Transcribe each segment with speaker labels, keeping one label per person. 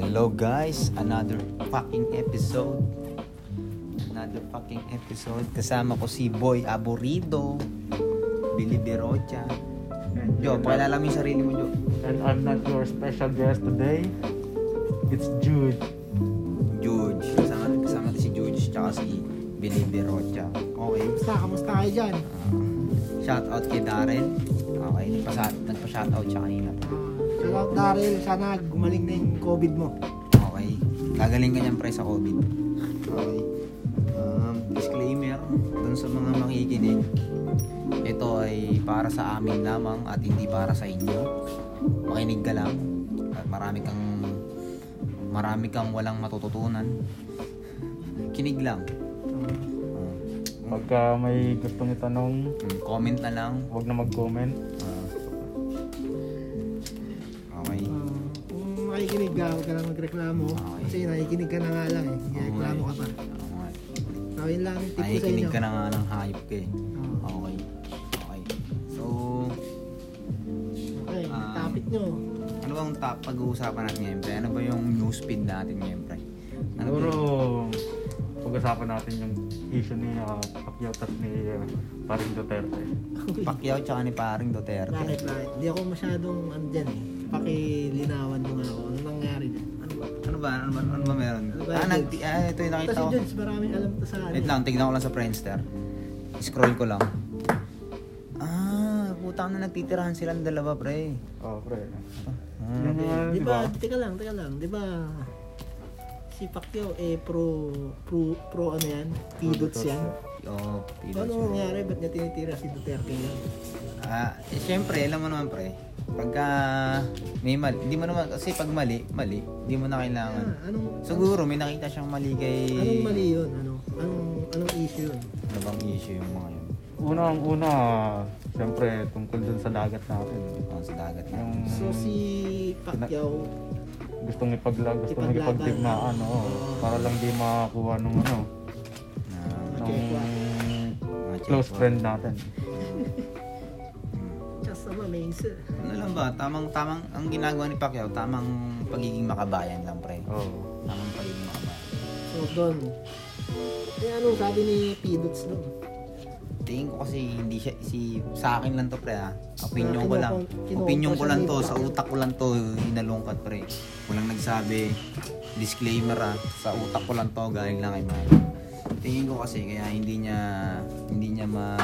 Speaker 1: Hello guys, another fucking episode. Another fucking episode. Kasama ko si Boy Aburido, Billy Berocha. Jo, pakilala mo yung sarili mo, Jo.
Speaker 2: And I'm not your special guest today. It's Jude.
Speaker 1: George. Kasama, kasama natin si George, tsaka si Billy Berocha. Okay.
Speaker 3: Kamusta? Kamusta kayo dyan?
Speaker 1: Shout out kay Darren. Okay, nagpa nagpa-shout out siya kanina.
Speaker 3: Ah, Shout out Daryl, sana gumaling na yung COVID mo.
Speaker 1: Ah. Okay. Gagaling ka niyan pre sa COVID. Okay. Um, disclaimer, dun sa mga makikinig, ito ay para sa amin lamang at hindi para sa inyo. Makinig ka lang. At marami kang marami kang walang matututunan. Kinig lang. Um,
Speaker 2: Pagka may gustong itanong,
Speaker 1: mm, comment na lang.
Speaker 2: huwag na mag-comment.
Speaker 1: Ah. okay.
Speaker 3: Ah, kung makikinig ka, huwag ka lang magreklamo.
Speaker 1: Okay.
Speaker 3: Kasi nakikinig ka na nga lang eh. Kaya reklamo ka pa.
Speaker 1: Oo nga.
Speaker 3: So yun lang, tip ko sa inyo.
Speaker 1: Nakikinig ka na nga ng hayop ka eh.
Speaker 3: Ah,
Speaker 1: Okay. Okay. So,
Speaker 3: Okay,
Speaker 1: Ah.
Speaker 3: topic nyo.
Speaker 1: ano bang top pag-uusapan natin ngayon? pre? Ano ba yung news feed natin ngayon, pre? Ano ba
Speaker 2: Siguro, pag-usapan natin yung issue ni uh, Pacquiao at ni uh, Paring Duterte.
Speaker 1: yung Pacquiao tsaka ni paring Duterte?
Speaker 3: Bakit bakit? Hindi ako masyadong ano dyan eh. Pakilinawan mo nga ako. Ano nangyari dyan? Ano ba?
Speaker 1: Ano ba? Ano ba, ano ba meron?
Speaker 3: Ano ba
Speaker 1: Ah,
Speaker 3: yun?
Speaker 1: nag, ah, ito yung
Speaker 3: Ito
Speaker 1: nakita
Speaker 3: si
Speaker 1: ko.
Speaker 3: Jones, maraming alam to sa
Speaker 1: Wait
Speaker 3: ano.
Speaker 1: lang, tignan ko lang sa Friendster. Scroll ko lang. Ah, putang na nagtitirahan silang dalawa, pre.
Speaker 2: Oh, pre.
Speaker 1: Ah,
Speaker 2: Yung, uh,
Speaker 3: Di
Speaker 2: di
Speaker 3: ba?
Speaker 2: ba?
Speaker 3: Teka lang, teka lang. Di ba? Si Pacquiao eh pro pro pro ano yan? Pidots yan.
Speaker 1: oh,
Speaker 3: Ano
Speaker 1: pilos.
Speaker 3: nangyari? Ba't niya tinitira si Duterte niya?
Speaker 1: Ah, eh, syempre, alam mo naman pre, pagka may mali, hindi mo naman, kasi pag mali, mali, hindi mo na kailangan.
Speaker 3: Ah, anong,
Speaker 1: Siguro may nakita siyang mali kay...
Speaker 3: anong mali yun? Ano? Anong, anong issue yun?
Speaker 1: Ano bang issue yung mga yun?
Speaker 2: Unang una, siyempre tungkol dun sa dagat natin.
Speaker 1: Oh, sa dagat na.
Speaker 2: Yung
Speaker 3: So si Pacquiao,
Speaker 2: gustong ipaglag, gustong
Speaker 3: Ipaglaban. Oh.
Speaker 2: ipagdigmaan, oo. Para lang di makakuha nung ano,
Speaker 1: Na,
Speaker 3: Mga
Speaker 2: nung
Speaker 3: chekwa.
Speaker 1: mga checkpoint.
Speaker 2: close
Speaker 1: Hmm.
Speaker 2: friend natin.
Speaker 3: just sama may isa.
Speaker 1: Ano lang ba, tamang, tamang, ang ginagawa ni Pacquiao, tamang pagiging makabayan lang pre.
Speaker 2: Oo.
Speaker 1: Tamang pagiging makabayan.
Speaker 3: So doon. Eh ano sabi ni Pidots doon?
Speaker 1: Tingin ko kasi hindi siya, si, sa akin lang to pre ha. Opinion
Speaker 3: Ah,
Speaker 1: ko lang.
Speaker 3: kinoko- kinoko
Speaker 1: Opinion ko
Speaker 3: siya
Speaker 1: lang
Speaker 3: ni
Speaker 1: to, sa
Speaker 3: Pacquiao.
Speaker 1: utak ko lang to, inalungkat pre. Walang nagsabi, disclaimer ha, sa utak ko lang to, galing lang kay Mike. Tingin ko kasi kaya hindi niya, hindi niya ma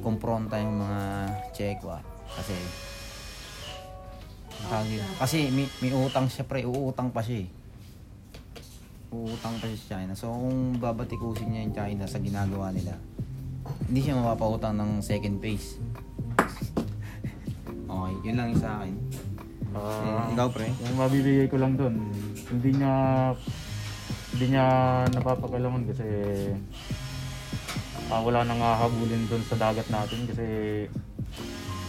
Speaker 1: kompronta yung mga Chekwa. Kasi, ang tawag yun. kasi may, may utang siya pre, uutang pa siya eh. Uutang pa siya sa China. So kung babatikusin niya yung China sa ginagawa nila, hindi siya mapapautang ng second phase. okay, yun lang yung sa akin.
Speaker 2: Ah,
Speaker 1: Eh, ikaw, pre?
Speaker 2: Yung mabibigay ko lang doon, hindi niya hindi niya napapakalaman kasi ah, wala nang hahabulin doon sa dagat natin kasi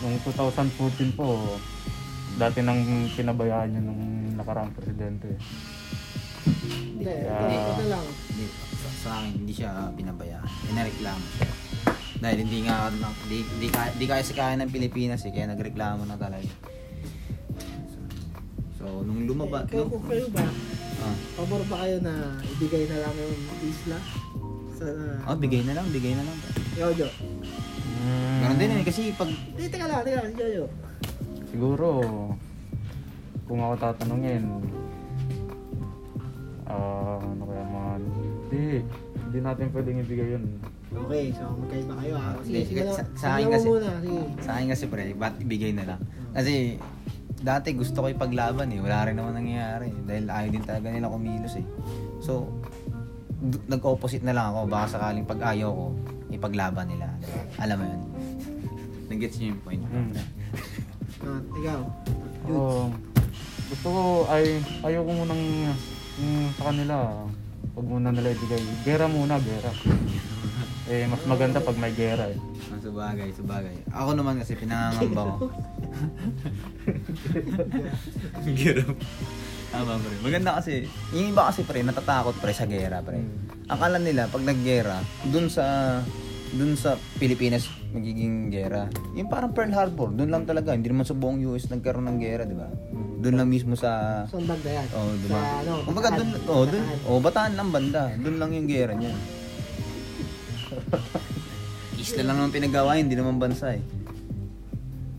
Speaker 2: noong 2014 po dati nang pinabayaan niya nung nakaraang presidente.
Speaker 3: Hindi,
Speaker 2: Ah.
Speaker 3: hindi, ito lang.
Speaker 1: Hindi, sa, sa akin, hindi siya pinabayaan. Inareklamo. Dahil hindi nga, na- di, di, ka- di kaya sa kaya ng Pilipinas eh, kaya nagreklamo na talaga. So, nung lumaba,
Speaker 3: Eh, kayo,
Speaker 1: nung,
Speaker 3: kung kayo ba,
Speaker 1: ah,
Speaker 3: pabor ba kayo na ibigay na lang yung isla? Sa,
Speaker 1: ah, bigay na lang, bigay na lang.
Speaker 3: Yoyo.
Speaker 2: Mm,
Speaker 1: Ganun din eh, kasi pag,
Speaker 3: Hindi, teka lang, teka lang, Yoyo.
Speaker 2: Siguro kung ako tatanungin ah, ano kaya mga hindi hindi natin pwedeng ibigay yun.
Speaker 3: Okay, so magkaiba kayo ha. Sige,
Speaker 1: Ah, Hindi,
Speaker 3: sige
Speaker 1: sa-
Speaker 3: na.
Speaker 1: sa akin
Speaker 3: Sige
Speaker 1: kasi-
Speaker 3: mo muna, sige.
Speaker 1: Sa akin kasi pre, ba't ibigay na lang? Kasi dati gusto ko ipaglaban eh. Wala rin naman nangyayari. eh. Dahil ayaw din talaga nila kumilos eh. So, d- nag-opposite na lang ako. Baka sakaling pag ayaw ko, ipaglaban nila. Alam mo yun? Nag-gets niyo yung point.
Speaker 2: Mm.
Speaker 3: Ah, ikaw.
Speaker 2: Oo. Oh. gusto ko ay ayoko munang mm, sa kanila. Huwag muna nila ibigay. Gera muna, gera. eh, mas maganda pag may gera eh.
Speaker 1: Ah, Subagay, subagay. Ako naman kasi pinangangamba ko. Girap. Tama pre. Maganda kasi, yung iba kasi pre, natatakot pre sa gera pre.
Speaker 2: Mm.
Speaker 1: Akala nila pag naggera, dun sa dun sa Pilipinas magiging gera. Yung parang Pearl Harbor, doon lang talaga. Hindi naman sa buong US nagkaroon ng gera, di ba? Doon lang mismo sa...
Speaker 3: Saan banda yan?
Speaker 1: Oh, di ba?
Speaker 3: Sa ano?
Speaker 1: Kumbaga
Speaker 3: Bataan.
Speaker 1: doon, oh, doon,
Speaker 3: Bataan.
Speaker 1: oh, bataan lang banda. Doon lang yung gera niya. Isla lang naman pinagawa, hindi naman bansa eh.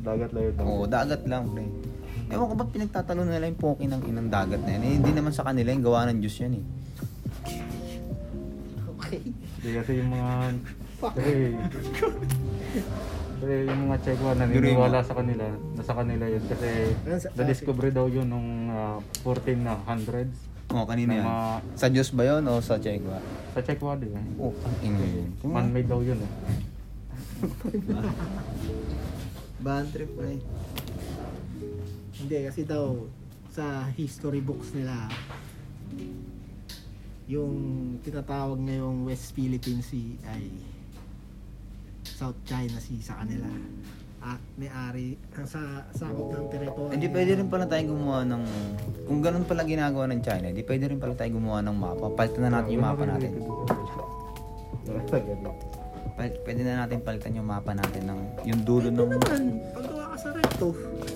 Speaker 2: Dagat layo dagat.
Speaker 1: Oo, dagat lang, pre. Ewan ko ba't pinagtatalo nila yung poki ng inang dagat na yan. Eh, hindi naman sa kanila yung gawa ng Diyos yan eh.
Speaker 3: Okay.
Speaker 2: Hindi kasi yung mga...
Speaker 3: Fuck.
Speaker 2: Kasi... kasi yung mga Chekwa naniniwala sa kanila, nasa kanila yun kasi
Speaker 3: Ayun, sa-
Speaker 2: na-discover daw yun nung ah, 14 na hundreds
Speaker 1: Oo, kanina Oh, yan.
Speaker 2: Mga-
Speaker 1: Sa Diyos ba yun o sa Chegwa?
Speaker 2: sa Chekwa di ba?
Speaker 1: Oo, ang ingay yun.
Speaker 2: Man-made daw yun eh.
Speaker 1: Band trip, pre.
Speaker 3: Hindi, kasi daw sa history books nila yung tinatawag ngayong West Philippine Sea ay South China Sea sa kanila. At may-ari ang sa sakop ng teritoryo.
Speaker 1: Hindi eh, pwede rin pala tayong gumawa ng... Kung ganun pala ginagawa ng China, hindi pwede rin pala tayong gumawa ng mapa. Palitan na natin yung mapa natin. Pal- Pwede na natin palitan yung mapa natin ng... Yung dulo
Speaker 3: Eh, Ito
Speaker 1: ng...
Speaker 3: naman, paggawa ka sa recto.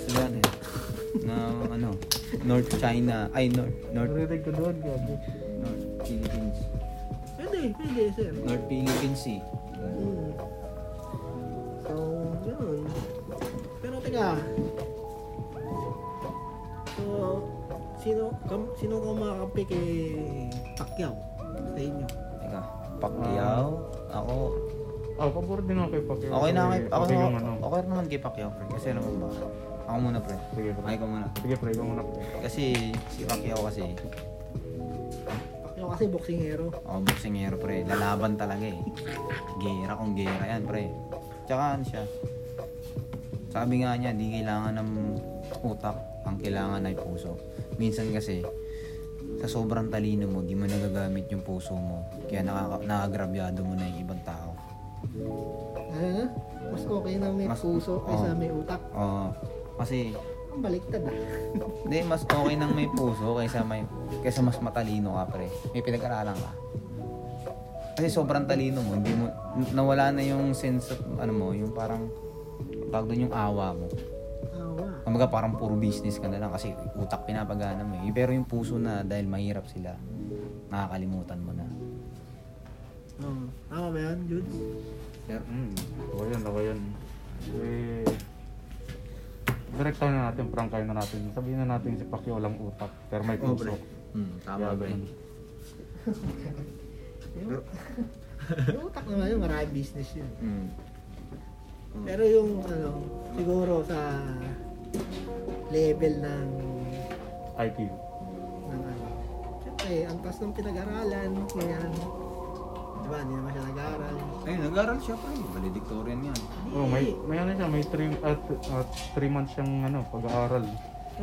Speaker 1: Sila na eh. Na ano... North China... Ay, North... North...
Speaker 2: Naririnig ko doon, gabi.
Speaker 1: North Philippines.
Speaker 3: Pwede, pwede, sir.
Speaker 1: North Philippines Sea.
Speaker 3: Hmm. So, yun. Pero teka. So, sino kam, sino ka makakampi kay Pacquiao sa inyo?
Speaker 1: Teka. Pacquiao. Ako...
Speaker 2: Ah, pabor din ako kay Pacquiao.
Speaker 1: Okay na kay...
Speaker 2: Sige,
Speaker 1: Ako,
Speaker 2: sige,
Speaker 1: ako,
Speaker 2: yung ano.
Speaker 1: ako rin naman kay Pacquiao, pre. Kasi alam mo ba? Ako muna, pre.
Speaker 2: Sige, pre.
Speaker 1: Ay, ko muna.
Speaker 2: Sige, pre, ikaw muna.
Speaker 1: Kasi si Pacquiao kasi,
Speaker 3: Pacquiao kasi boksingero.
Speaker 1: oh, boksingero pre, lalaban talaga eh. Gera kung gera yan pre. Tsaka ano siya, sabi nga niya, di kailangan ng utak, ang kailangan ay puso. Minsan kasi, sa sobrang talino mo, di mo nagagamit yung puso mo. Kaya nakaka- nakagrabyado mo na yung ibang tao.
Speaker 3: Ano na? Mas okay na may
Speaker 1: Mas-
Speaker 3: puso kaysa
Speaker 1: oo.
Speaker 3: may utak.
Speaker 1: Oo. kasi,
Speaker 3: Ang baliktad ah.
Speaker 1: Hindi, mas okay nang may puso kaysa may kaysa mas matalino ka pre. May pinag-aralan ka. Kasi sobrang talino mo, hindi mo n- nawala na yung sense of ano mo, yung parang tawag doon yung awa mo.
Speaker 3: Awa.
Speaker 1: Kumbaga parang puro business ka na lang kasi utak pinapagana mo eh. Pero yung puso na dahil mahirap sila, nakakalimutan mo na.
Speaker 3: Oo. Oh. Tama ba yan, Jude?
Speaker 1: Pero,
Speaker 2: Hmm, ako yun, ako yun. Eh, direkta na natin, prangkay na natin. Sabihin na natin si Pacquiao lang utak, pero may
Speaker 1: Oh, pre.
Speaker 2: puso.
Speaker 1: hmm, tama
Speaker 2: Kaya
Speaker 1: pre.
Speaker 2: ganun.
Speaker 3: Yung, yung utak naman yun, maraming business yun.
Speaker 1: Hmm.
Speaker 3: Pero yung ano, siguro sa level ng
Speaker 2: IQ.
Speaker 3: ng ano. Siyempre, ang taas ng pinag-aralan, ganyan. Diba, hindi naman siya nag-aral.
Speaker 1: Ayun, nag-aral siya pre. Valedictorian yan.
Speaker 2: Oh, may, may ano siya, may 3 at 3 months siyang ano, pag-aaral.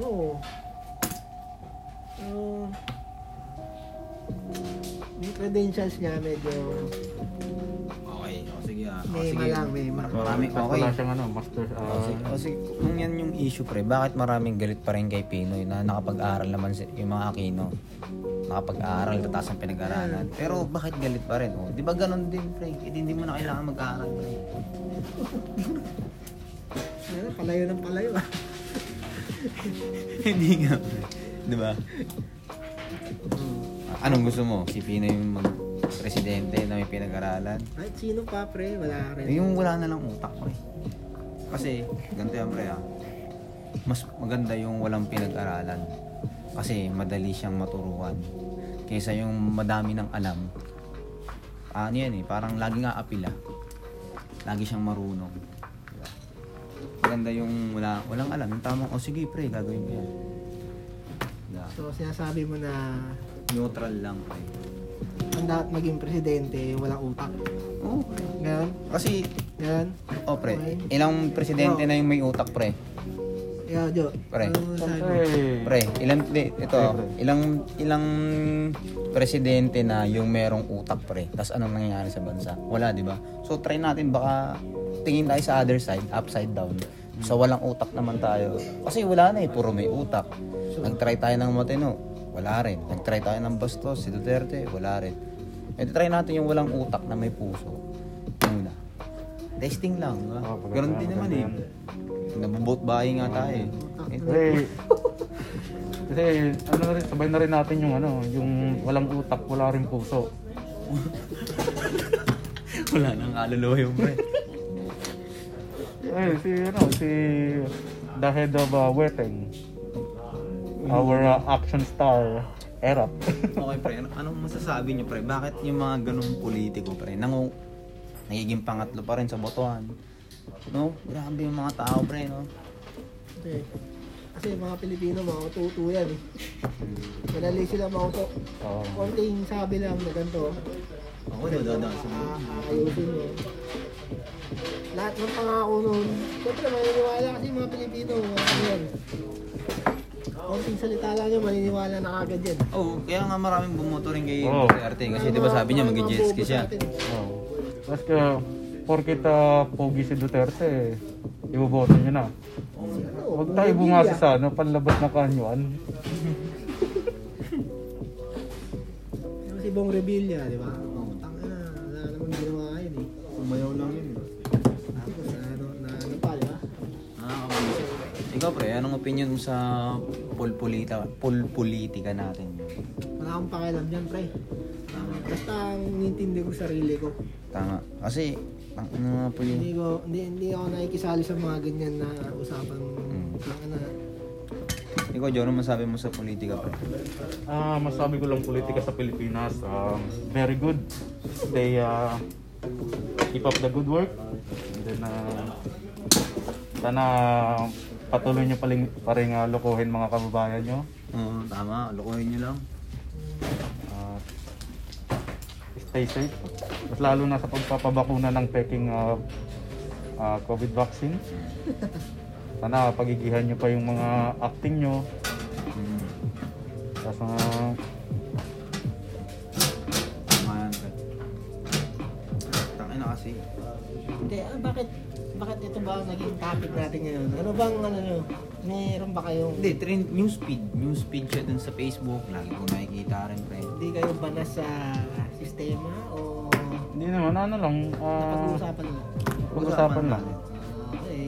Speaker 3: Oo. Pero, yung credentials niya medyo
Speaker 1: Okay, o sige ah. O,
Speaker 3: may
Speaker 1: sige.
Speaker 3: malang, may malang.
Speaker 1: Marami,
Speaker 2: Tapos
Speaker 1: okay. Oh,
Speaker 2: Wala siyang ano, master. ah,
Speaker 1: Kasi, kasi kung yan yung issue pre, bakit maraming galit pa rin kay Pinoy na nakapag-aral naman si, yung mga Aquino? Nakapag-aral, tataas ang pinag-aralan. Pero bakit galit pa rin? O, di ba ganun din pre? Eh, di- hindi mo na kailangan mag-aral pre.
Speaker 3: Ano, palayo ng palayo. ah.
Speaker 1: hindi nga pre. Di ba?
Speaker 2: Hmm.
Speaker 1: Anong gusto mo? Si Pinoy yung mag-presidente na may pinag-aralan?
Speaker 3: Kahit sino pa, pre, wala
Speaker 1: Eh,
Speaker 3: rin.
Speaker 1: yung wala na lang utak ko eh. Kasi, ganito yan pre ah. Mas maganda yung walang pinag-aralan. Kasi madali siyang maturuan. Kaysa yung madami ng alam. Ano yan eh, parang laging aapila. Lagi siyang marunong. Maganda yung wala, walang alam. Yung tamang, oh sige pre, gagawin ko yan. Yeah.
Speaker 3: So, sinasabi mo na
Speaker 1: Neutral lang pre.
Speaker 3: ang dapat maging presidente, walang utak.
Speaker 1: Oh,
Speaker 3: Ganyan,
Speaker 1: kasi,
Speaker 3: ganyan.
Speaker 1: oh pre, ilang presidente na yung may utak pre.
Speaker 3: Yeah, Jo.
Speaker 1: Pre.
Speaker 3: Ano sabi?
Speaker 2: Siyempre,
Speaker 1: Pre, ilang di- ito,
Speaker 2: Pre, pre.
Speaker 1: ilang ilang presidente na yung merong utak pre. Tapos anong nangyayari sa bansa? Wala, 'di ba? So try natin baka tingin tayo sa other side, upside down. Sa walang utak naman tayo. Kasi wala na eh, puro may utak. Nag-try tayo ng matino, wala rin. Nag-try tayo ng bastos, si Duterte, wala rin. E try natin yung walang utak na may puso. Muna. Testing lang, di ba?
Speaker 2: Oo, paganda,
Speaker 1: Ganun din naman eh.
Speaker 2: Ah, maganda
Speaker 1: Nabobot bahay nga tayo eh. Eh,
Speaker 2: Kasi, kasi ano na rin, sabay na rin natin yung ano, yung walang utak, wala rin puso.
Speaker 1: Wala nang kaluluwa yung pre.
Speaker 2: Eh, si ano, si the head of uh, Weteng. Our uh, action star, Erap.
Speaker 1: okay pre, Ano- anong masasabi niyo pre? Bakit yung mga ganung politiko pre? Nangu nagiging pangatlo pa rin sa botohan. No? Grabe yung mga tao pre, no?
Speaker 3: Hindi. Kasi mga Pilipino, mga kututo yan eh. Madali sila mauto.
Speaker 2: Oo.
Speaker 3: Konting sabi lang na ganito.
Speaker 1: Ako nadadaan sa mga.
Speaker 3: Ayusin mo. Lahat ng pangako nun. Siyempre, maniniwala kasi mga Pilipino. Ano yan. Konting salita lang yun, maniniwala na kagad yan.
Speaker 1: Oo, kaya nga maraming bumoto rin kay
Speaker 2: Oo.
Speaker 1: Duterte kasi di ba sabi niya mag-jet ski siya.
Speaker 2: Oo. Tapos ka, porkit uh, pogi si Duterte, eh, iboboto nyo na. Huwag tayo bumasa
Speaker 3: ah.
Speaker 2: sa ano, panlabas na kanyuan.
Speaker 3: Yung si Bong Revilla, di ba? Oh, Tanga na, wala namang ginawa yun eh.
Speaker 1: Umayaw lang yun.
Speaker 3: Tapos ano, na ano pa, di ba?
Speaker 1: Nakakabulisip pre. Ah, Ikaw pre, anong opinion mo sa pulpulita, pulpulitika natin?
Speaker 3: Wala akong pakialam dyan, pre. Basta ang nintindi ko sarili ko.
Speaker 1: Tama. Kasi, ang ano nga po yun.
Speaker 3: Hindi ko, hindi, hindi ako nakikisali sa mga ganyan na usapan. Tanga na.
Speaker 1: Ikaw, Jono, masabi mo sa politika pre?
Speaker 2: Ah, masabi ko lang politika sa Pilipinas, um, very good. They uh, keep up the good work. And then, uh, sana patuloy nyo paling, pa rin uh, lokohin mga kababayan nyo.
Speaker 1: Oo, tama. Lokohin nyo lang.
Speaker 2: At stay safe. Mas lalo na sa pagpapabakuna ng peking ah, ah, COVID vaccine. Sana pagigihan nyo pa yung mga acting nyo.
Speaker 1: Mm.
Speaker 2: Tapos ah,
Speaker 1: Tama yan, pre. Tangina kasi.
Speaker 3: Hindi, ah, bakit, bakit ito ba ang naging topic natin ngayon? Ano bang, ano, ano, meron ba kayong,
Speaker 1: Hindi, trend, news feed. News feed siya dun sa Facebook. Lagi ko nakikita rin, pre.
Speaker 3: hindi kayo ba na sa sistema o
Speaker 2: hindi naman, ano lang, ah,
Speaker 3: napag-uusapan lang?
Speaker 2: pag-usapan lang.
Speaker 3: Ah, okay.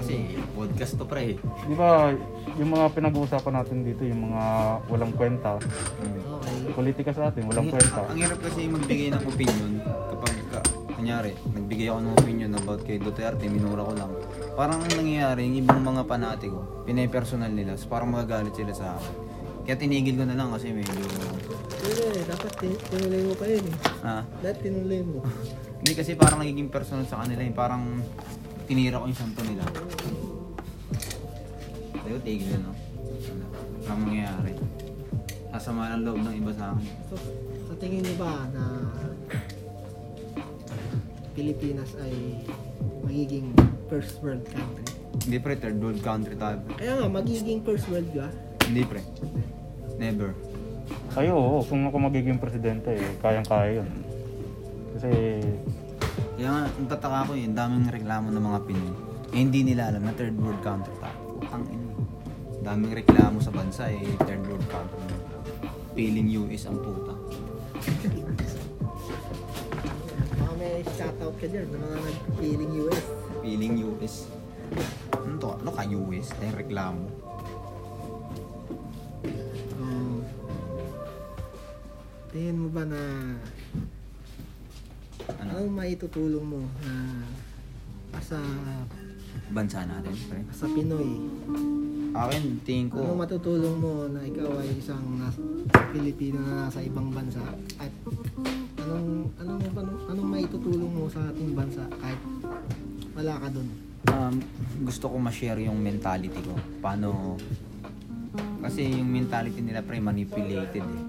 Speaker 1: Kasi, podcast to, pre.
Speaker 2: Di ba, yung mga pinag-uusapan natin dito, yung mga walang kwenta,
Speaker 3: Okay.
Speaker 2: politika sa atin, walang
Speaker 1: Hmm. Ang,
Speaker 2: kwenta.
Speaker 1: ang, ang hirap kasi magbigay ng opinion kapag ka, kanyari, nagbigay ako ng opinion about kay Duterte, minura ko lang. Parang ang nangyayari, yung ibang mga panatiko, pinay-personal nila, so parang magagalit sila sa akin. Kaya tinigil ko na lang kasi medyo,
Speaker 3: Pero eh, dapat tin- tinuloy mo pa yun eh.
Speaker 1: ah,
Speaker 3: Dapat tinuloy mo.
Speaker 1: Hindi kasi parang nagiging personal sa kanila yun. Parang tinira ko yung santo nila. Tayo, tigil na, no? Wala Ang mangyayari. Sasama ng loob ng iba sa akin.
Speaker 3: So, sa tingin niyo ba na Pilipinas ay magiging first world country?
Speaker 1: Hindi pre, third world country tayo. pre.
Speaker 3: Kaya nga, magiging first world ka.
Speaker 1: Hindi pre. Never.
Speaker 2: Kayo, oo, kung ako magiging presidente, eh, kayang-kaya yun. Kasi,
Speaker 1: Kaya nga, ang tataka ko yun, daming reklamo ng mga Pinoy. Eh, hindi nila alam na third world country tayo. Putang ina. Daming reklamo sa bansa eh, third world country. Feeling US ang puta.
Speaker 3: Baka may shoutout ka dyan ng mga nag-feeling US.
Speaker 1: Feeling US. Ano to? Ano ka US? Ay, reklamo.
Speaker 3: So, Oh. tingin mo ba na
Speaker 1: Ano?
Speaker 3: ano maitutulong mo na sa
Speaker 1: Bansa natin, pre.
Speaker 3: sa Pinoy?
Speaker 1: Akin, tingin ko,
Speaker 3: Ano matutulong mo na ikaw ay isang nas- Pilipino na nasa ibang bansa at anong anong anong, anong maitutulong mo sa ating bansa kahit wala ka doon?
Speaker 1: um, gusto ko ma-share yung mentality ko. Paano, kasi yung mentality nila, pre, manipulated eh.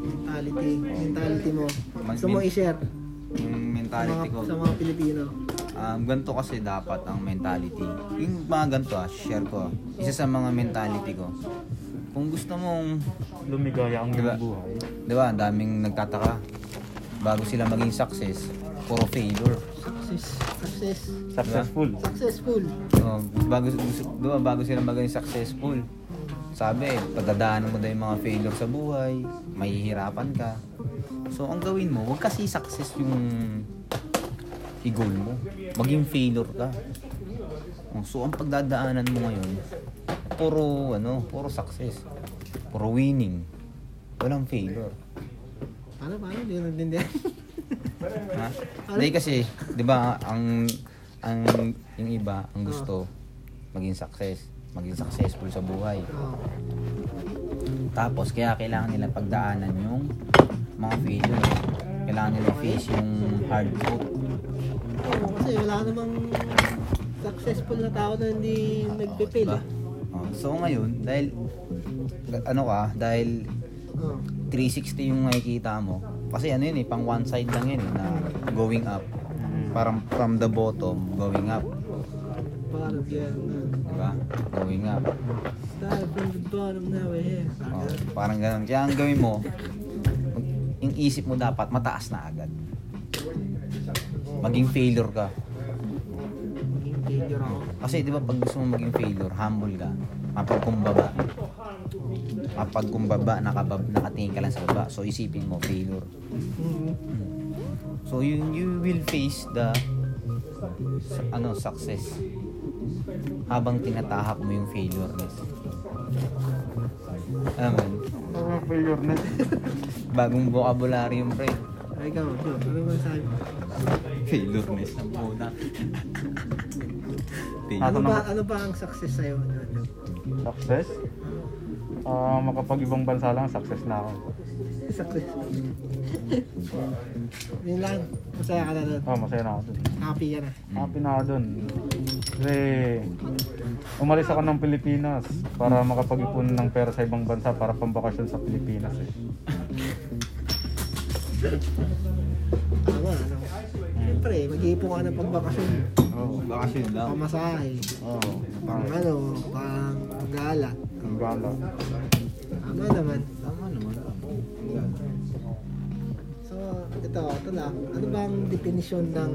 Speaker 3: Mentality, mentality mo.
Speaker 1: Mas-
Speaker 3: Gusto mo i-share
Speaker 1: Yung
Speaker 3: sa mga,
Speaker 1: mentality ko,
Speaker 3: sa mga Pilipino.
Speaker 1: um, ganito kasi dapat ang mentality. Yung mga ganito, ah, share ko. ah. Isa sa mga mentality ko. Kung gusto mong
Speaker 2: lumigaya ang
Speaker 1: Diba?
Speaker 2: iyong buhay.
Speaker 1: Di ba, ang daming nagtataka. Bago sila maging success, puro failure.
Speaker 3: Success, success,
Speaker 2: Successful.
Speaker 3: successful.
Speaker 1: Oh, bago, di ba, bago sila maging successful, sabi, padadaanan mo daw yung mga failure sa buhay, mahihirapan ka. So, ang gawin mo, huwag kasi success yung yung goal mo. Maging failure ka. Oh, So, ang pagdadaanan mo ngayon, puro, ano, puro success. Puro winning. Walang failure.
Speaker 3: Paano, paano? Hindi rin din din.
Speaker 1: Ha?
Speaker 3: Ano?
Speaker 1: Dahil kasi, 'di ba, ang ang yung iba ang
Speaker 3: Ah.
Speaker 1: gusto maging success, maging successful sa buhay.
Speaker 3: Oo.
Speaker 1: Tapos kaya kailangan nila pagdaanan yung mga failure. Kailangan nila face yung hard Oh, truth.
Speaker 3: Oo, kasi wala namang successful na tao na hindi
Speaker 1: Oo,
Speaker 3: nagpe-fail.
Speaker 1: diba?
Speaker 3: eh.
Speaker 1: Oo. so ngayon, dahil ano ka, dahil
Speaker 3: Oo.
Speaker 1: 360 yung nakikita mo. Kasi ano yun eh, pang one side lang yun eh, na going up.
Speaker 3: Mm.
Speaker 1: Parang from the bottom, going up.
Speaker 3: Bottom, yeah. uh,
Speaker 1: Diba? Going up.
Speaker 3: Start from the bottom now, we're here.
Speaker 1: Oh, parang ganun. Kaya ang gawin mo, mag- yung isip mo dapat mataas na agad. Maging failure ka.
Speaker 3: Maging failure ako.
Speaker 1: Kasi di ba pag gusto mo maging failure, humble ka. Mapagkumbaba. Mapagkumbaba, nakabab, nakatingin ka lang sa baba. So isipin mo, failure.
Speaker 3: Mhm.
Speaker 1: So you, you will face the sa- ano success habang tinatahak mo yung failure ness. Alam mo, yun?
Speaker 2: Parang failure na.
Speaker 1: bagong vocabulary yung pre.
Speaker 3: Ay, ikaw, Joe, ano ba sabi? mo?
Speaker 1: Failure ness ang muna.
Speaker 3: Ano
Speaker 2: Ako
Speaker 3: ba,
Speaker 2: naman.
Speaker 3: ano ba ang success sa'yo? Ano,
Speaker 2: Success? Ah, makapag-ibang bansa lang, success na ako.
Speaker 3: Success. Yun lang. Masaya ka na doon.
Speaker 2: Oh, masaya na ako dun.
Speaker 3: Happy ka na.
Speaker 2: Happy na ako dun. Kasi umalis ako ng Pilipinas para makapag-ipon ng pera sa ibang bansa para pambakasyon sa Pilipinas eh.
Speaker 3: Tama, ano. Siyempre, mag-iipon ka ng pagbakasyon.
Speaker 2: Oo.
Speaker 1: Bakasyon lang.
Speaker 3: Pamasahe.
Speaker 2: Oo.
Speaker 3: Pang ano, pang gala.
Speaker 2: Ang bala.
Speaker 3: Tama naman.
Speaker 1: Tama naman.
Speaker 3: So, ito, ito lang. Ano ba ang definisyon ng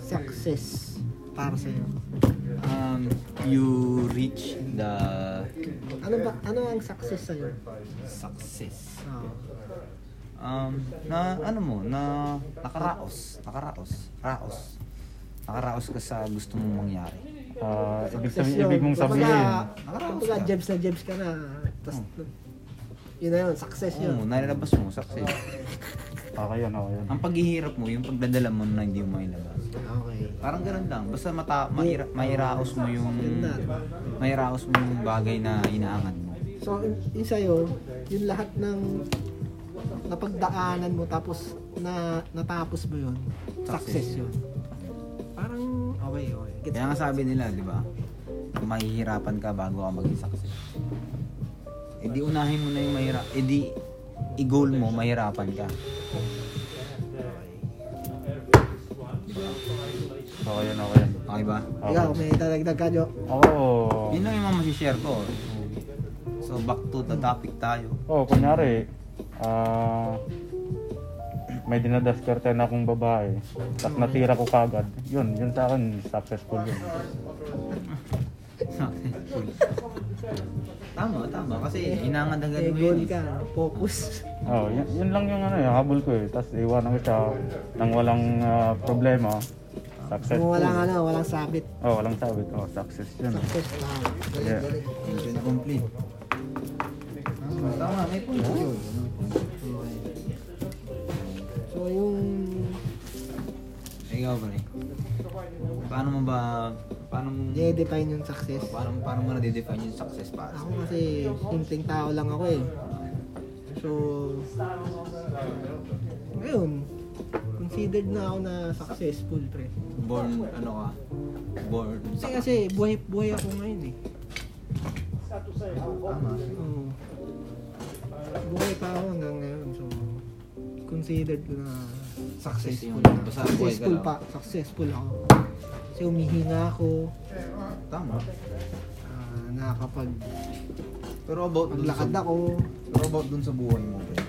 Speaker 3: success para sa'yo?
Speaker 1: Um, you reach the
Speaker 3: Ano ba, ano ang success sa'yo?
Speaker 1: success.
Speaker 3: Oh.
Speaker 1: Um, na ano mo, na nakaraos, nakaraos, raos. Nakaraos ka sa gusto mong mangyari.
Speaker 2: Ah, ibig, sabi, ibig mong sabihin, Oh.
Speaker 3: Kapag ka jebs na jebs ka na, tas, yun na yun, success
Speaker 1: Oo,
Speaker 3: yun.
Speaker 1: nalalabas Ano mo, success.
Speaker 2: okay yun, okay yun.
Speaker 1: Ang paghihirap mo, yung pagdadala mo na hindi mo mailabas.
Speaker 3: Okay.
Speaker 1: Parang ganun lang. Basta mata, maira, mairaos mo yung
Speaker 3: Yun na.
Speaker 1: mairaos mo yung bagay na inaangat mo.
Speaker 3: So, yun- yun sa'yo, yung lahat ng napagdaanan mo tapos na natapos mo yun, success
Speaker 1: Success.
Speaker 3: yun. Parang, okay, okay. Gets
Speaker 1: Kaya
Speaker 3: ko.
Speaker 1: nga sabi nila, di ba? Mahihirapan ka bago ka maging success. E di unahin mo na yung mahirap. E di i-goal mo, mahirapan ka.
Speaker 2: Okay yun, okay yun.
Speaker 1: Okay ba?
Speaker 3: Ikaw, may dadagdag ka, Jo.
Speaker 2: Oo.
Speaker 1: Yun lang yung mga masishare ko. So back to the topic tayo.
Speaker 2: Oh, kunyari, ah may dinadaskartan akong babae, tapos natira ko kagad. Yun, yun sa akin, successful yun.
Speaker 1: tama, tama. Kasi inangat agad
Speaker 3: May
Speaker 1: mo
Speaker 3: goal
Speaker 1: yun.
Speaker 3: ka,
Speaker 1: eh.
Speaker 3: focus.
Speaker 2: Oh, yun, yun lang yung ano, yung habol ko eh. Tapos iwanan ko siya nang walang ah, problema.
Speaker 3: Kung
Speaker 2: Successful.
Speaker 3: walang ano, walang sabit,
Speaker 2: Oh, walang sabit. Oh, success yun.
Speaker 3: success na. Galing,
Speaker 2: Yeah.
Speaker 3: galing.
Speaker 1: Mission complete. Tama, may punto yun.
Speaker 3: So, yung
Speaker 2: Hmm.
Speaker 1: Ikaw ba Paano mo ba, paano mo,
Speaker 3: i-define yung success.
Speaker 1: paano, paano mo na-define yung success para
Speaker 3: Ako kasi simpleng tao lang ako eh. So, ngayon, considered na ako na successful, pre.
Speaker 1: Born, ano ka? Born.
Speaker 3: Kasi kasi buhay, buhay ako ngayon eh.
Speaker 1: Tama.
Speaker 3: Oo. buhay pa ako hanggang ngayon. So, considered ko na
Speaker 1: Success
Speaker 3: successful
Speaker 1: yun.
Speaker 3: na.
Speaker 1: Basta buhay ka
Speaker 3: Successful
Speaker 1: lang.
Speaker 3: pa. Successful ako. Kasi humihinga ako.
Speaker 1: Tama.
Speaker 3: ah, nakakapag
Speaker 1: Pero about dun sa,
Speaker 3: maglakad ako.
Speaker 1: pero about dun sa buhay mo. bro.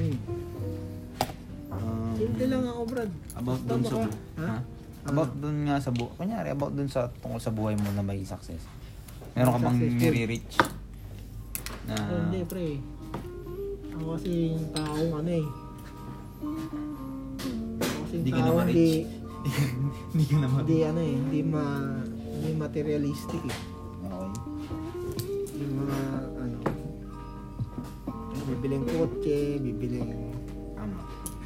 Speaker 3: Hmm.
Speaker 1: Um,
Speaker 3: Simple lang ako, Brad.
Speaker 1: About
Speaker 3: Tama
Speaker 1: dun sa
Speaker 3: ka.
Speaker 1: bu-
Speaker 3: Ha? Ah.
Speaker 1: ha? About dun nga sa buhay. Kunyari, about dun sa tungkol sa buhay mo na may success. Meron ka bang
Speaker 3: Successful.
Speaker 1: nire-reach? Na, Ah.
Speaker 3: Hindi, pre. Ako kasi yung taong ano eh. Kasi
Speaker 1: Hindi
Speaker 3: hindi
Speaker 1: ka na
Speaker 3: tao
Speaker 1: ma-reach.
Speaker 3: hindi,
Speaker 1: Hindi ka naman.
Speaker 3: hindi ano eh, hindi ma hindi materialistic eh.
Speaker 1: Okay.
Speaker 3: Yung mga ano, bibiling kotse, bibiling
Speaker 1: Tama.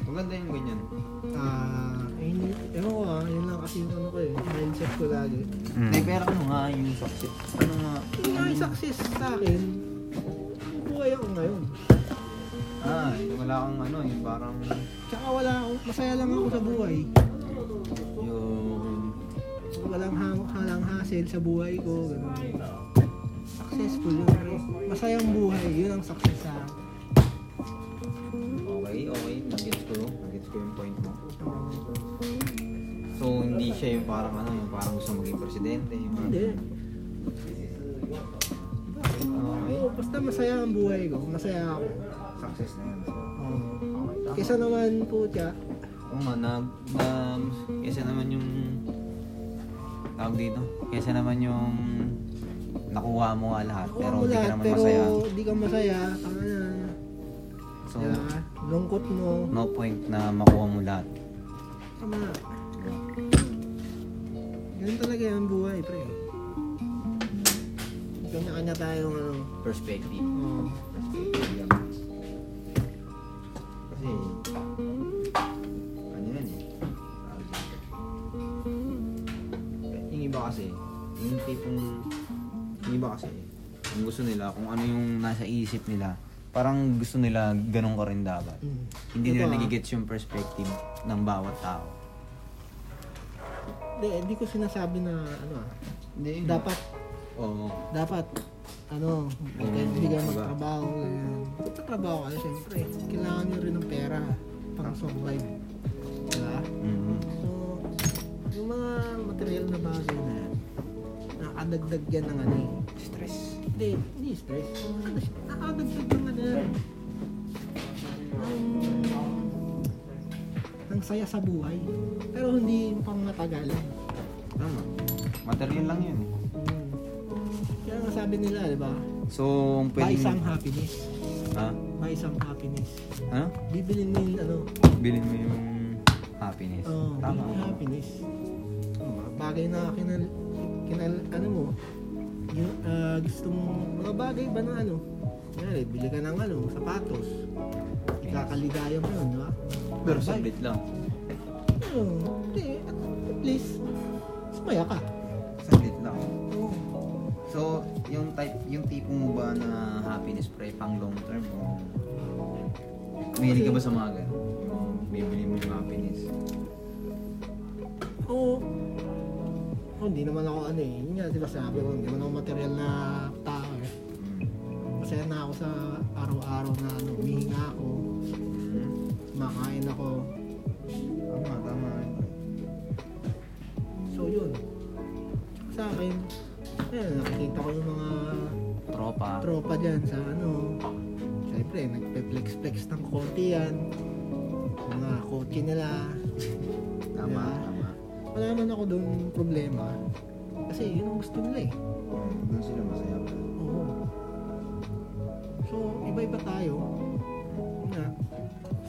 Speaker 1: Maganda yung ganyan.
Speaker 3: Ah, ayun, ewan ko ah, yun lang kasi yung ano ko eh, mindset ko lagi.
Speaker 2: Mm.
Speaker 1: Eh, pero ano nga yung success? Ano nga?
Speaker 3: Hindi nga yung success sa akin, buhay ako ngayon.
Speaker 1: Ah, wala kang ano, yung parang
Speaker 3: Tsaka wala ako, masaya lang ako sa buhay.
Speaker 1: yung
Speaker 3: Walang hawak, walang hassle sa buhay ko, ganun. Successful yun, pero masayang buhay, yun ang success sa akin.
Speaker 1: okay, okay, nagets ko, nagets ko yung point mo. So, hindi siya yung parang ano, yung parang gusto maging presidente. Yung
Speaker 3: Hindi.
Speaker 1: Okay.
Speaker 3: Oo, basta masaya ang buhay ko, masaya ako.
Speaker 1: Success na yun.
Speaker 3: Oo.
Speaker 1: Okay, tama.
Speaker 3: Kesa naman po
Speaker 1: Oo nga, nag, um, kesa naman yung tawag dito, kesa naman yung nakuha mo nga lahat, pero hindi ka naman
Speaker 3: pero
Speaker 1: masaya.
Speaker 3: hindi ka masaya, tama na.
Speaker 1: So,
Speaker 3: Diba? Lungkot mo.
Speaker 1: no point na makuha mo lahat.
Speaker 3: Tama. Ganun talaga ang buhay, pre. Kanya-kanya tayong ano.
Speaker 1: Perspective.
Speaker 3: Oh.
Speaker 1: Kasi, ano yan eh. Yung iba kasi, yung tipong, yung iba kasi, ang gusto nila, kung ano yung nasa isip nila, parang gusto nila ganun ka rin dapat.
Speaker 3: Mm.
Speaker 1: Hindi
Speaker 3: Ito,
Speaker 1: nila
Speaker 3: ah.
Speaker 1: nagigets yung perspective ng bawat tao.
Speaker 3: Hindi, hindi ko sinasabi na ano ah.
Speaker 1: Hindi.
Speaker 3: Dapat,
Speaker 1: Oo.
Speaker 3: dapat, ano, hindi
Speaker 1: Mm,
Speaker 3: hindi ka
Speaker 1: diba?
Speaker 3: magtrabaho. ganyan. Magtatrabaho ka, siyempre. Kailangan nyo rin ng pera pang survive. Diba?
Speaker 1: Mhm.
Speaker 3: So, yung mga material na bagay na yan, nakadagdag yan ng ano eh,
Speaker 1: Stress.
Speaker 3: Hindi, hindi stress. Nakakadagdag ng ano. ng- ng saya sa buhay. Pero hindi yung pang matagalan.
Speaker 1: Tama. Material lang yun eh.
Speaker 3: Kaya nga sabi nila, di ba?
Speaker 1: So, ang
Speaker 3: Buy
Speaker 1: pwedeng...
Speaker 3: some happiness.
Speaker 1: Ha?
Speaker 3: Buy some happiness.
Speaker 1: Ha?
Speaker 3: Bibilin mo yung ano,
Speaker 1: Bilhin mo yung happiness.
Speaker 3: oh,
Speaker 1: Tama.
Speaker 3: yung happiness. Oh, bagay na kinal, kinal, ano mo, yung, ah, gusto mong, mga bagay ba na ano? Kaya, bili ka ng ano, sapatos. Kakaligayan mo yun, di ba?
Speaker 1: Pero
Speaker 3: Buy.
Speaker 1: sabit lang.
Speaker 3: Oo, Hindi, at at least, sumaya ka.
Speaker 1: Sabit lang.
Speaker 3: Oo.
Speaker 1: So, yung type, yung tipo mo ba na happiness pre pang long term o Mahilig ka ba sa mga ganun? Yung bibili mo yung happiness.
Speaker 3: Oo. Oh, hindi naman ako ano eh. Yun nga, di ba sabi ko, hindi naman ako material na tao eh.
Speaker 1: Mm.
Speaker 3: Masaya na ako sa araw-araw na ano, humihinga ako,
Speaker 1: Mm.
Speaker 3: makain ako.
Speaker 1: Tama, tama.
Speaker 3: So yun. Sa akin, ayun, nakikita ko yung mga
Speaker 1: Tropa.
Speaker 3: tropa dyan sa ano. Siyempre, nagpe-flex-flex ng konti yan. Mga kotse nila,
Speaker 1: Tama,
Speaker 3: Yeah.
Speaker 1: tama.
Speaker 3: wala naman ako doon problema. Kasi yun ang gusto nila eh.
Speaker 1: Mm. Doon sila masaya pa.
Speaker 3: Oo. So, iba-iba tayo. Yun Nga,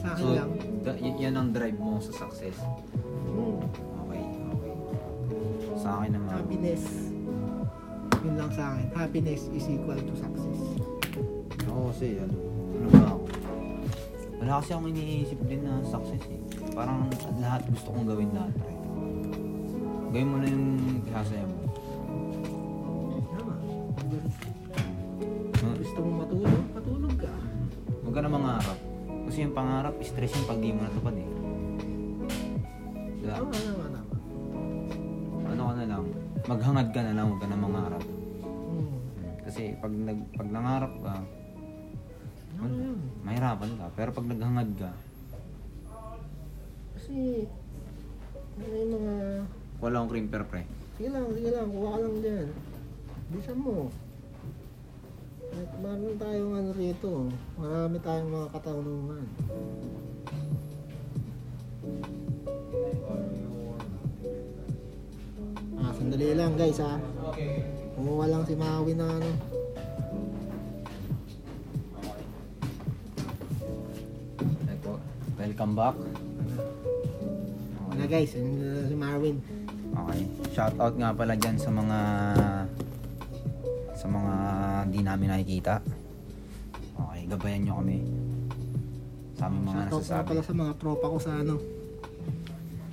Speaker 3: sa akin
Speaker 1: So,
Speaker 3: lang.
Speaker 1: da- y- yan ang drive mo sa success.
Speaker 3: Hmm,
Speaker 1: Okay, okay. Sa akin naman.
Speaker 3: happiness. Yun lang sa akin. Happiness is equal to success.
Speaker 1: Ako kasi, ano, ano ba ako? Wala kasi akong iniisip din na success eh. Parang lahat gusto kong gawin lahat, pre. Gawin mo na yung kasaya mo.
Speaker 3: Tama.
Speaker 1: No?
Speaker 3: Gusto mo matulog, matulog ka.
Speaker 1: Huwag ka na mangarap. Kasi yung pangarap, stress yung pag di mo natupad eh. Diba?
Speaker 3: Tama, tama, tama.
Speaker 1: Ano ka na lang, maghangad ka na lang, huwag ka na mangarap.
Speaker 3: Hmm.
Speaker 1: Kasi pag, nag, pag nangarap ka,
Speaker 3: Ano yun?
Speaker 1: mahirapan ka. Pero pag naghangad ka,
Speaker 3: Kasi, may mga...
Speaker 1: wala akong crimper pre.
Speaker 3: Sige lang, sige lang. Kuha ka lang dyan. Bisan mo. At marami tayong ano rito. Marami tayong mga katanungan. Ah, sandali lang guys ha. Kumuha lang si Maui na ano.
Speaker 1: Eko, welcome comeback.
Speaker 3: Ano? Wala guys, yun na si Marwin.
Speaker 1: Okay. Shout out nga pala dyan sa mga sa mga di namin nakikita. Okay, gabayan nyo kami sa aming mga
Speaker 3: Shoutout nga
Speaker 1: nasasabi.
Speaker 3: pala sa mga tropa ko sa ano.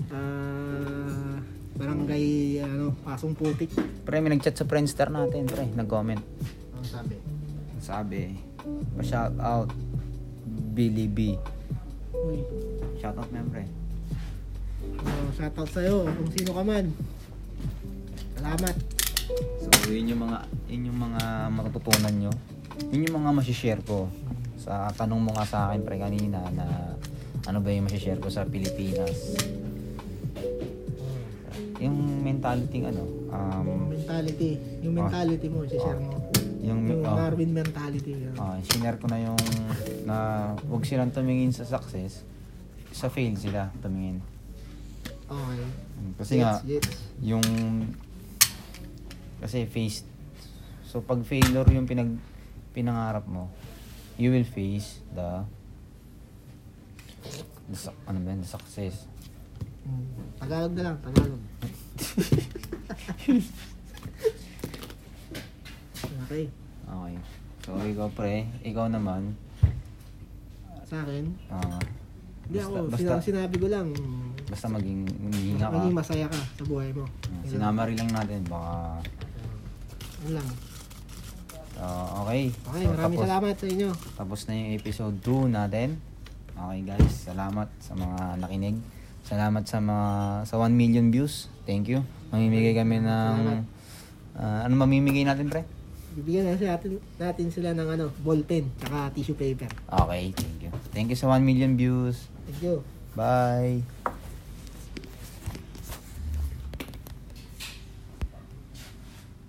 Speaker 3: Ah, barangay ano, Pasong Putik.
Speaker 1: Pre, may nagchat sa Friendster natin, pre. Nag-comment.
Speaker 3: Ang sabi.
Speaker 1: Sabi, pa-shout out Billy B.
Speaker 3: Uy,
Speaker 1: Shout out mo yan, pre.
Speaker 3: oh, shoutout sa'yo kung sino ka man. Salamat.
Speaker 1: So, yun yung mga, yun yung mga matututunan nyo. Yun yung mga masishare ko. Sa tanong mo nga sa akin, pre, kanina, na ano ba yung masishare ko sa Pilipinas. Yung mentality, ano, um,
Speaker 3: Yung mentality. Yung mentality mo, isi-share mo.
Speaker 1: Ah, yung,
Speaker 3: Yung
Speaker 1: oh,
Speaker 3: Marwin mentality. yun.
Speaker 1: oh, sinare ko na yung, na huwag silang tumingin sa success, sa fail sila tumingin.
Speaker 3: Okay.
Speaker 1: Kasi nga,
Speaker 3: Yes, yes.
Speaker 1: yung kasi face so pag failure yung pinag pinangarap mo you will face the the su- ano ba yun, the success
Speaker 3: Mm. Tagalog na lang, Tagalog. okay.
Speaker 1: okay so ikaw pre ikaw naman
Speaker 3: Sa akin,
Speaker 1: ah,
Speaker 3: hindi
Speaker 1: basta,
Speaker 3: ako,
Speaker 1: basta,
Speaker 3: sina- sinabi ko lang,
Speaker 1: basta maging maging ka
Speaker 3: maging masaya ka sa buhay mo.
Speaker 1: Ah,
Speaker 3: Yun lang.
Speaker 1: sinamari lang natin baka
Speaker 3: Yun lang.
Speaker 1: ah, okay
Speaker 3: Okay,
Speaker 1: So,
Speaker 3: maraming
Speaker 1: tapos-
Speaker 3: salamat sa inyo.
Speaker 1: Tapos na yung episode 2 natin. Okay guys, salamat sa mga nakinig. Salamat sa mga sa 1 million views. Thank you. Mamimigay kami ng ah, ano mamimigay natin pre?
Speaker 3: Bibigyan na natin, natin sila ng ano, ball pen, tsaka tissue paper.
Speaker 1: Okay, thank you. Thank you sa 1 million views.
Speaker 3: Thank you.
Speaker 1: Bye.